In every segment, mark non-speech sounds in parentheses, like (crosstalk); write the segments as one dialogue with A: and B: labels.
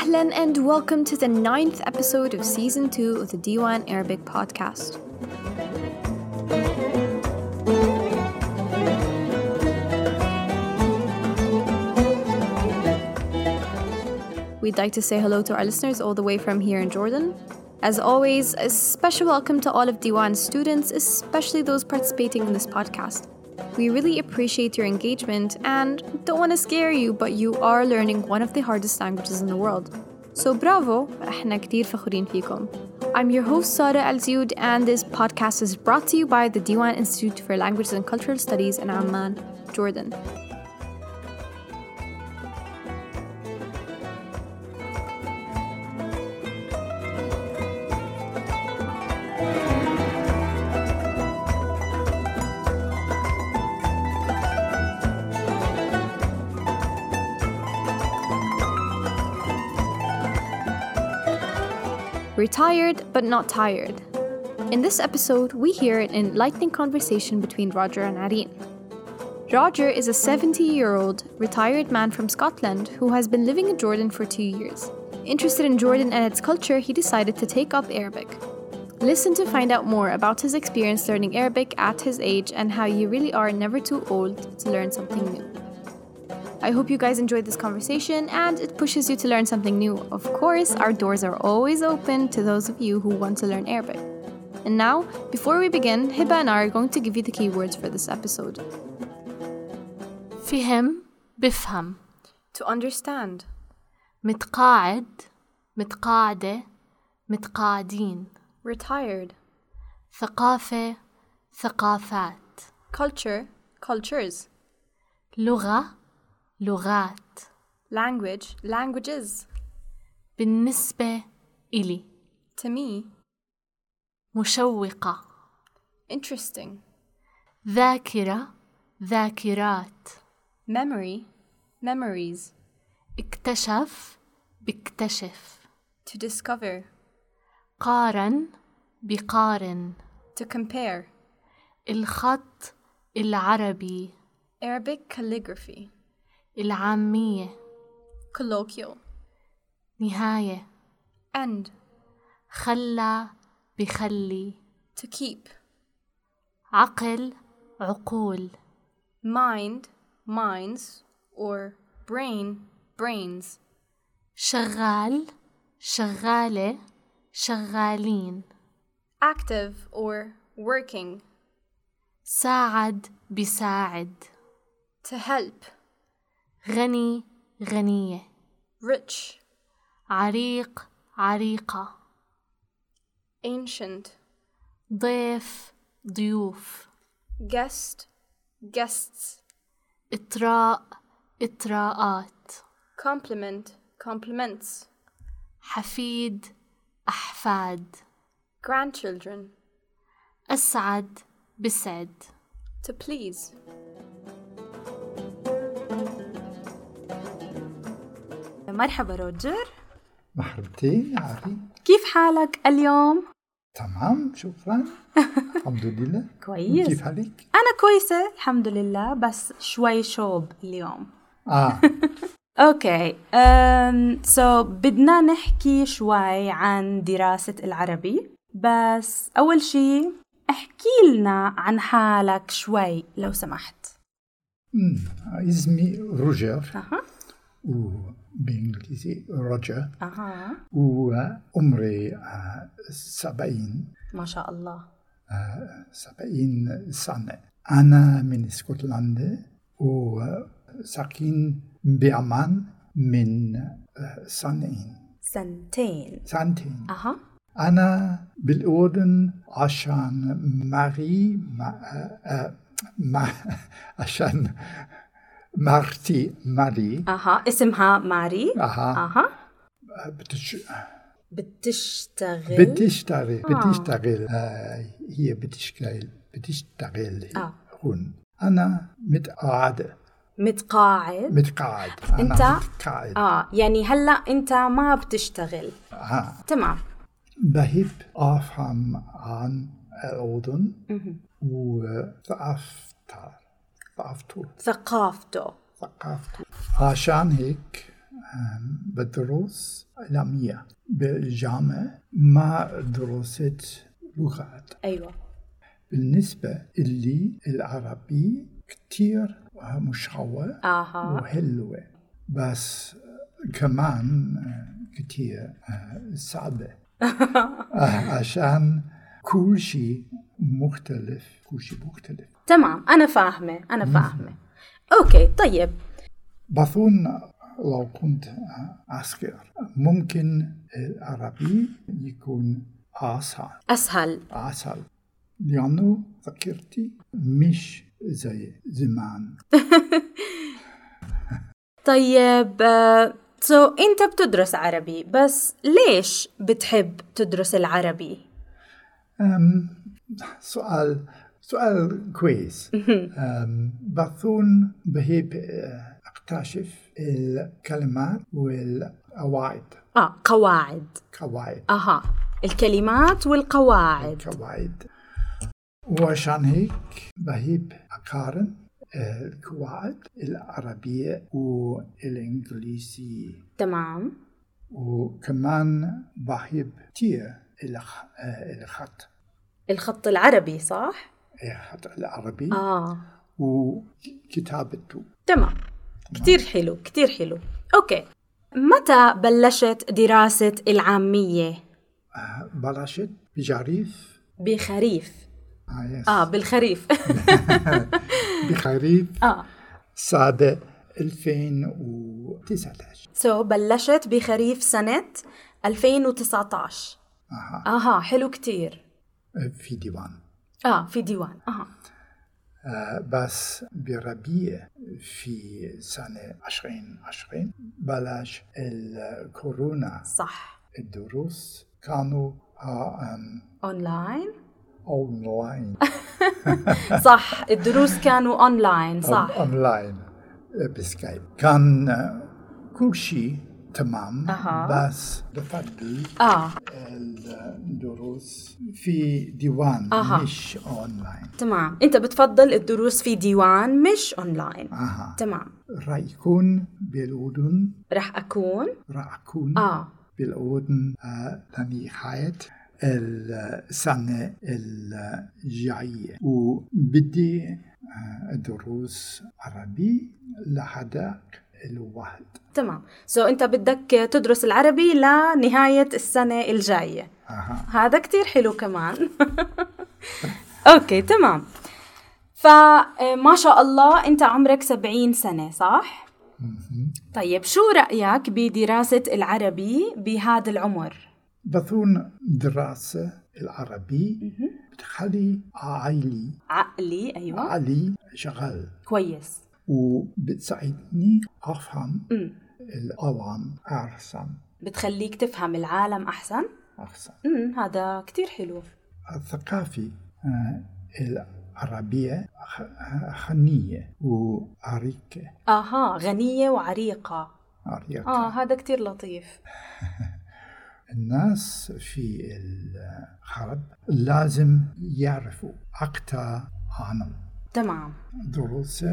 A: and welcome to the ninth episode of season two of the D1 Arabic podcast. We'd like to say hello to our listeners all the way from here in Jordan. As always, a special welcome to all of D1 students, especially those participating in this podcast. We really appreciate your engagement and don't want to scare you, but you are learning one of the hardest languages in the world. So bravo, احنا كتير فخورين فيكم. I'm your host Sara Al Ziyud and this podcast is brought to you by the Diwan Institute for Languages and Cultural Studies in Amman, Jordan. We're tired, but not tired. In this episode, we hear an enlightening conversation between Roger and Irene. Roger is a 70 year old retired man from Scotland who has been living in Jordan for two years. Interested in Jordan and its culture, he decided to take up Arabic. Listen to find out more about his experience learning Arabic at his age and how you really are never too old to learn something new. I hope you guys enjoyed this conversation and it pushes you to learn something new. Of course, our doors are always open to those of you who want to learn Arabic. And now, before we begin, Hiba and I are going to give you the keywords for this episode.
B: فهم بفهم
A: To understand,
B: متقاعد متقاعدة متقاعدين
A: retired,
B: ثقافة ثقافات
A: culture, cultures,
B: لغة لغات
A: language, languages,
B: بالنسبة إلي
A: to me,
B: مشوقة
A: interesting,
B: ذاكرة ذاكرات
A: memory, memories,
B: اكتشف بكتشف
A: to discover,
B: قارن بقارن
A: to compare,
B: الخط العربي
A: Arabic calligraphy,
B: العامية
A: colloquial,
B: نهاية
A: end,
B: خلى بخلي
A: to keep.
B: عقل عقول
A: mind, minds, or brain, brains,
B: شغال شغالة شغالين
A: active or working,
B: ساعد بساعد
A: to help,
B: غني غنية
A: rich,
B: عريق عريقة
A: ancient,
B: ضيف ضيوف
A: guest, guests,
B: إطراء إطراءات
A: compliment, compliments,
B: حفيد أحفاد
A: grandchildren,
B: أسعد بسعد
A: to please.
C: مرحبا روجر
D: مرحبتين عادي
C: كيف حالك اليوم؟
D: تمام شكرا
C: (laughs)
D: الحمد لله
C: كويس.
D: كيف حالك؟
C: أنا كويسة الحمد لله بس شوي شوب اليوم
D: اه
C: أوكي أم، سو بدنا نحكي شوي عن دراسة العربي بس أول شي احكي لنا عن حالك شوي لو سمحت
D: أمم، اسمي روجر
C: أها
D: وبالانجليزي روجر
C: أها
D: وعمري آه، سبعين
C: ما شاء الله
D: آه، سبعين سنة أنا من اسكتلندا وساكن بعمان من آه، سنين
C: سنتين
D: سنتين
C: أها
D: أنا بالأردن عشان ماري ما آه، (laughs) ما عشان مارتي ماري
C: أها اسمها ماري
D: أها
C: أها
D: Äh, بتش...
C: بتشتغل
D: بتشتغل بتشتغل آه، هي بتشتغل بتشتغل
C: آه.
D: هون أنا متقاعد
C: متقاعد
D: متقاعد أنا
C: أنت؟
D: متقاعد
C: اه يعني هلا انت ما بتشتغل
D: آه.
C: تمام
D: بحب أفهم عن الأردن وثقافته ثقافته
C: ثقافته
D: ثقافته عشان هيك بدرس إعلامية بالجامعة مع دراسة لغات
C: ايوه
D: بالنسبة اللي العربي كتير مشعوة
C: اها
D: وحلوة بس كمان كتير صعبة عشان كل شيء مختلف كل شيء مختلف
C: تمام انا فاهمه انا فاهمه اوكي طيب
D: بظن لو كنت عسكر ممكن العربي يكون أصعب
C: اسهل
D: عسل لأنه ذاكرتي مش زي زمان
C: طيب سو so, انت بتدرس عربي بس ليش بتحب تدرس العربي
D: أم سؤال سؤال كويس أم بظن بحب آه، أكتشف الكلمات والقواعد
C: اه قواعد
D: قواعد
C: اها الكلمات والقواعد
D: قواعد وعشان هيك بحب أقارن القواعد العربية والإنجليزية
C: تمام
D: وكمان بحب كتير الخ- آه، الخط
C: الخط العربي صح
D: الخط العربي
C: اه
D: وكتابته
C: تمام كتير حلو كتير حلو اوكي متى بلشت دراسة العامية
D: آه، بلشت بجريف
C: بخريف
D: آه يس.
C: اه بالخريف
D: بخريف
C: اه
D: سابع 2019
C: سو بلشت بخريف سنة 2019
D: أها.
C: اها حلو كتير
D: في ديوان
C: اه في ديوان اها
D: آه، بس بربيع في سنة 2020 بلاش الكورونا
C: صح
D: الدروس كانوا آه، آم،
C: اونلاين
D: أونلاين
C: صح الدروس كانوا اونلاين صح
D: أون- أونلاين آه، بسكايب كان آه، كل شيء تمام
C: أها.
D: بس بفضل
C: اه
D: الدروس في ديوان
C: أها.
D: مش أونلاين
C: تمام انت بتفضل الدروس في ديوان مش اونلاين
D: أها
C: تمام
D: راح يكون بالأردن
C: رح اكون
D: راح أكون
C: اه
D: بالأردن آه، لنهاية øh, السنة øh, الجاية وبدي آه، دروس عربي لحداك الواحد
C: تمام سو so, انت بدك تدرس العربي لنهاية السنة الجاية
D: أها.
C: هذا كتير حلو كمان اوكي تمام فما شاء الله انت عمرك سبعين سنة صح؟
D: Mhm.
C: طيب شو رأيك بدراسة العربي بهذا العمر؟
D: بظن دراسة العربي بتخلي عائلي
C: عقلي أيوة
D: علي شغال
C: كويس
D: وبتساعدني أفهم
C: أمم.
D: العوام أحسن
C: بتخليك تفهم العالم أحسن
D: أحسن
C: أمم هذا كتير حلو
D: الثقافة آه، العربية خ- خنية وعريقة
C: آها غنية وعريقة
D: عريقة
C: آه هذا كتير لطيف
D: الناس في الغرب لازم يعرفوا أكثر عن
C: تمام
D: دروس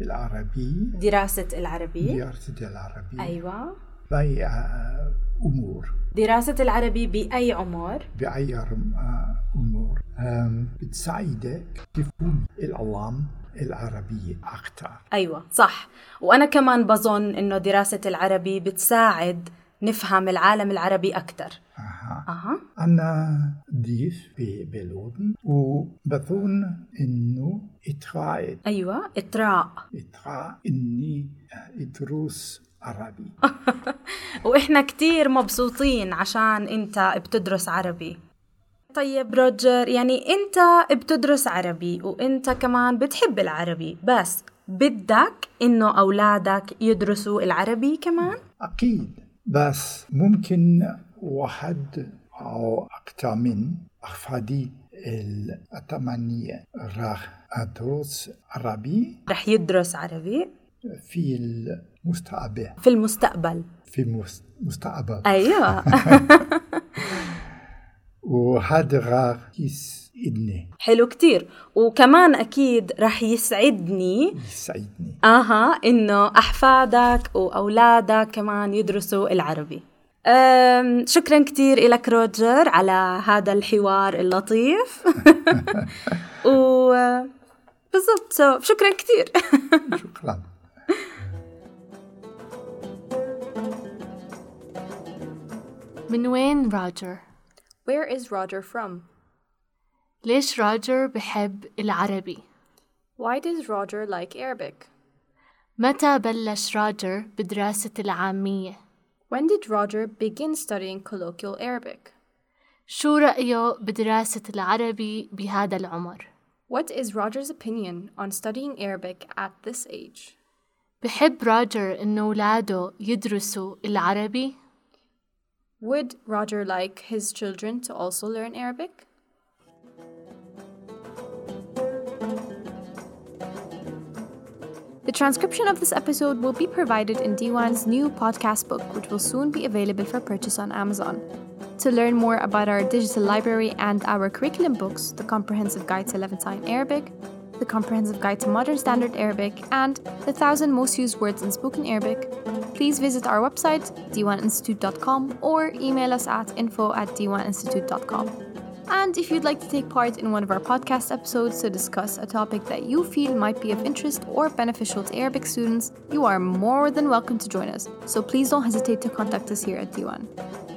D: العربية
C: دراسة العربي
D: دراسة العربية
C: أيوة
D: بأي آه، أمور
C: دراسة العربي بأي عمر؟
D: بأي رم- آه، أمور آم، بتساعدك تفهم العلام العربية أكثر
C: أيوة صح وأنا كمان بظن إنه دراسة العربي بتساعد نفهم العالم العربي أكتر
D: أها.
C: أها
D: أنا ضيف ب- بالأردن وبظن إنه إتراء
C: أيوة إطراء
D: إتراء إني أدرس عربي
C: وإحنا كتير مبسوطين عشان أنت بتدرس عربي طيب روجر يعني أنت بتدرس عربي وأنت كمان بتحب العربي بس بدك إنه أولادك يدرسوا العربي كمان؟
D: أكيد بس ممكن واحد أو أكثر من أحفادي الثمانية راح أدرس عربي
C: رح يدرس عربي
D: في المستقبل
C: في المستقبل (laughs)
D: في المستقبل
C: أيوة
D: وهذا غار كيس إدني
C: حلو كتير وكمان أكيد رح يسعدني
D: يسعدني
C: اها انه احفادك واولادك كمان يدرسوا العربي أم شكرا كثير لك روجر على هذا الحوار اللطيف و بالضبط so شكرا كثير
D: شكرا
B: من وين روجر؟
A: Where is Roger from?
B: ليش روجر بحب العربي؟
A: Why does Roger like Arabic?
B: متى بلش روجر بدراسة العامية؟
A: When did Roger begin studying colloquial Arabic?
B: شو رأيه بدراسة العربي بهذا العمر؟
A: What is Roger's opinion on studying Arabic at this age?
B: بحب روجر إنه ولاده يدرسوا العربي؟
A: Would Roger like his children to also learn Arabic? The transcription of this episode will be provided in Diwan's new podcast book, which will soon be available for purchase on Amazon. To learn more about our digital library and our curriculum books, the Comprehensive Guide to Levantine Arabic, the Comprehensive Guide to Modern Standard Arabic, and the 1000 Most Used Words in Spoken Arabic, please visit our website, d1institute.com, or email us at info at d1institute.com. And if you'd like to take part in one of our podcast episodes to discuss a topic that you feel might be of interest or beneficial to Arabic students, you are more than welcome to join us. So please don't hesitate to contact us here at D1.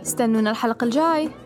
A: استنونا الحلقة الجاي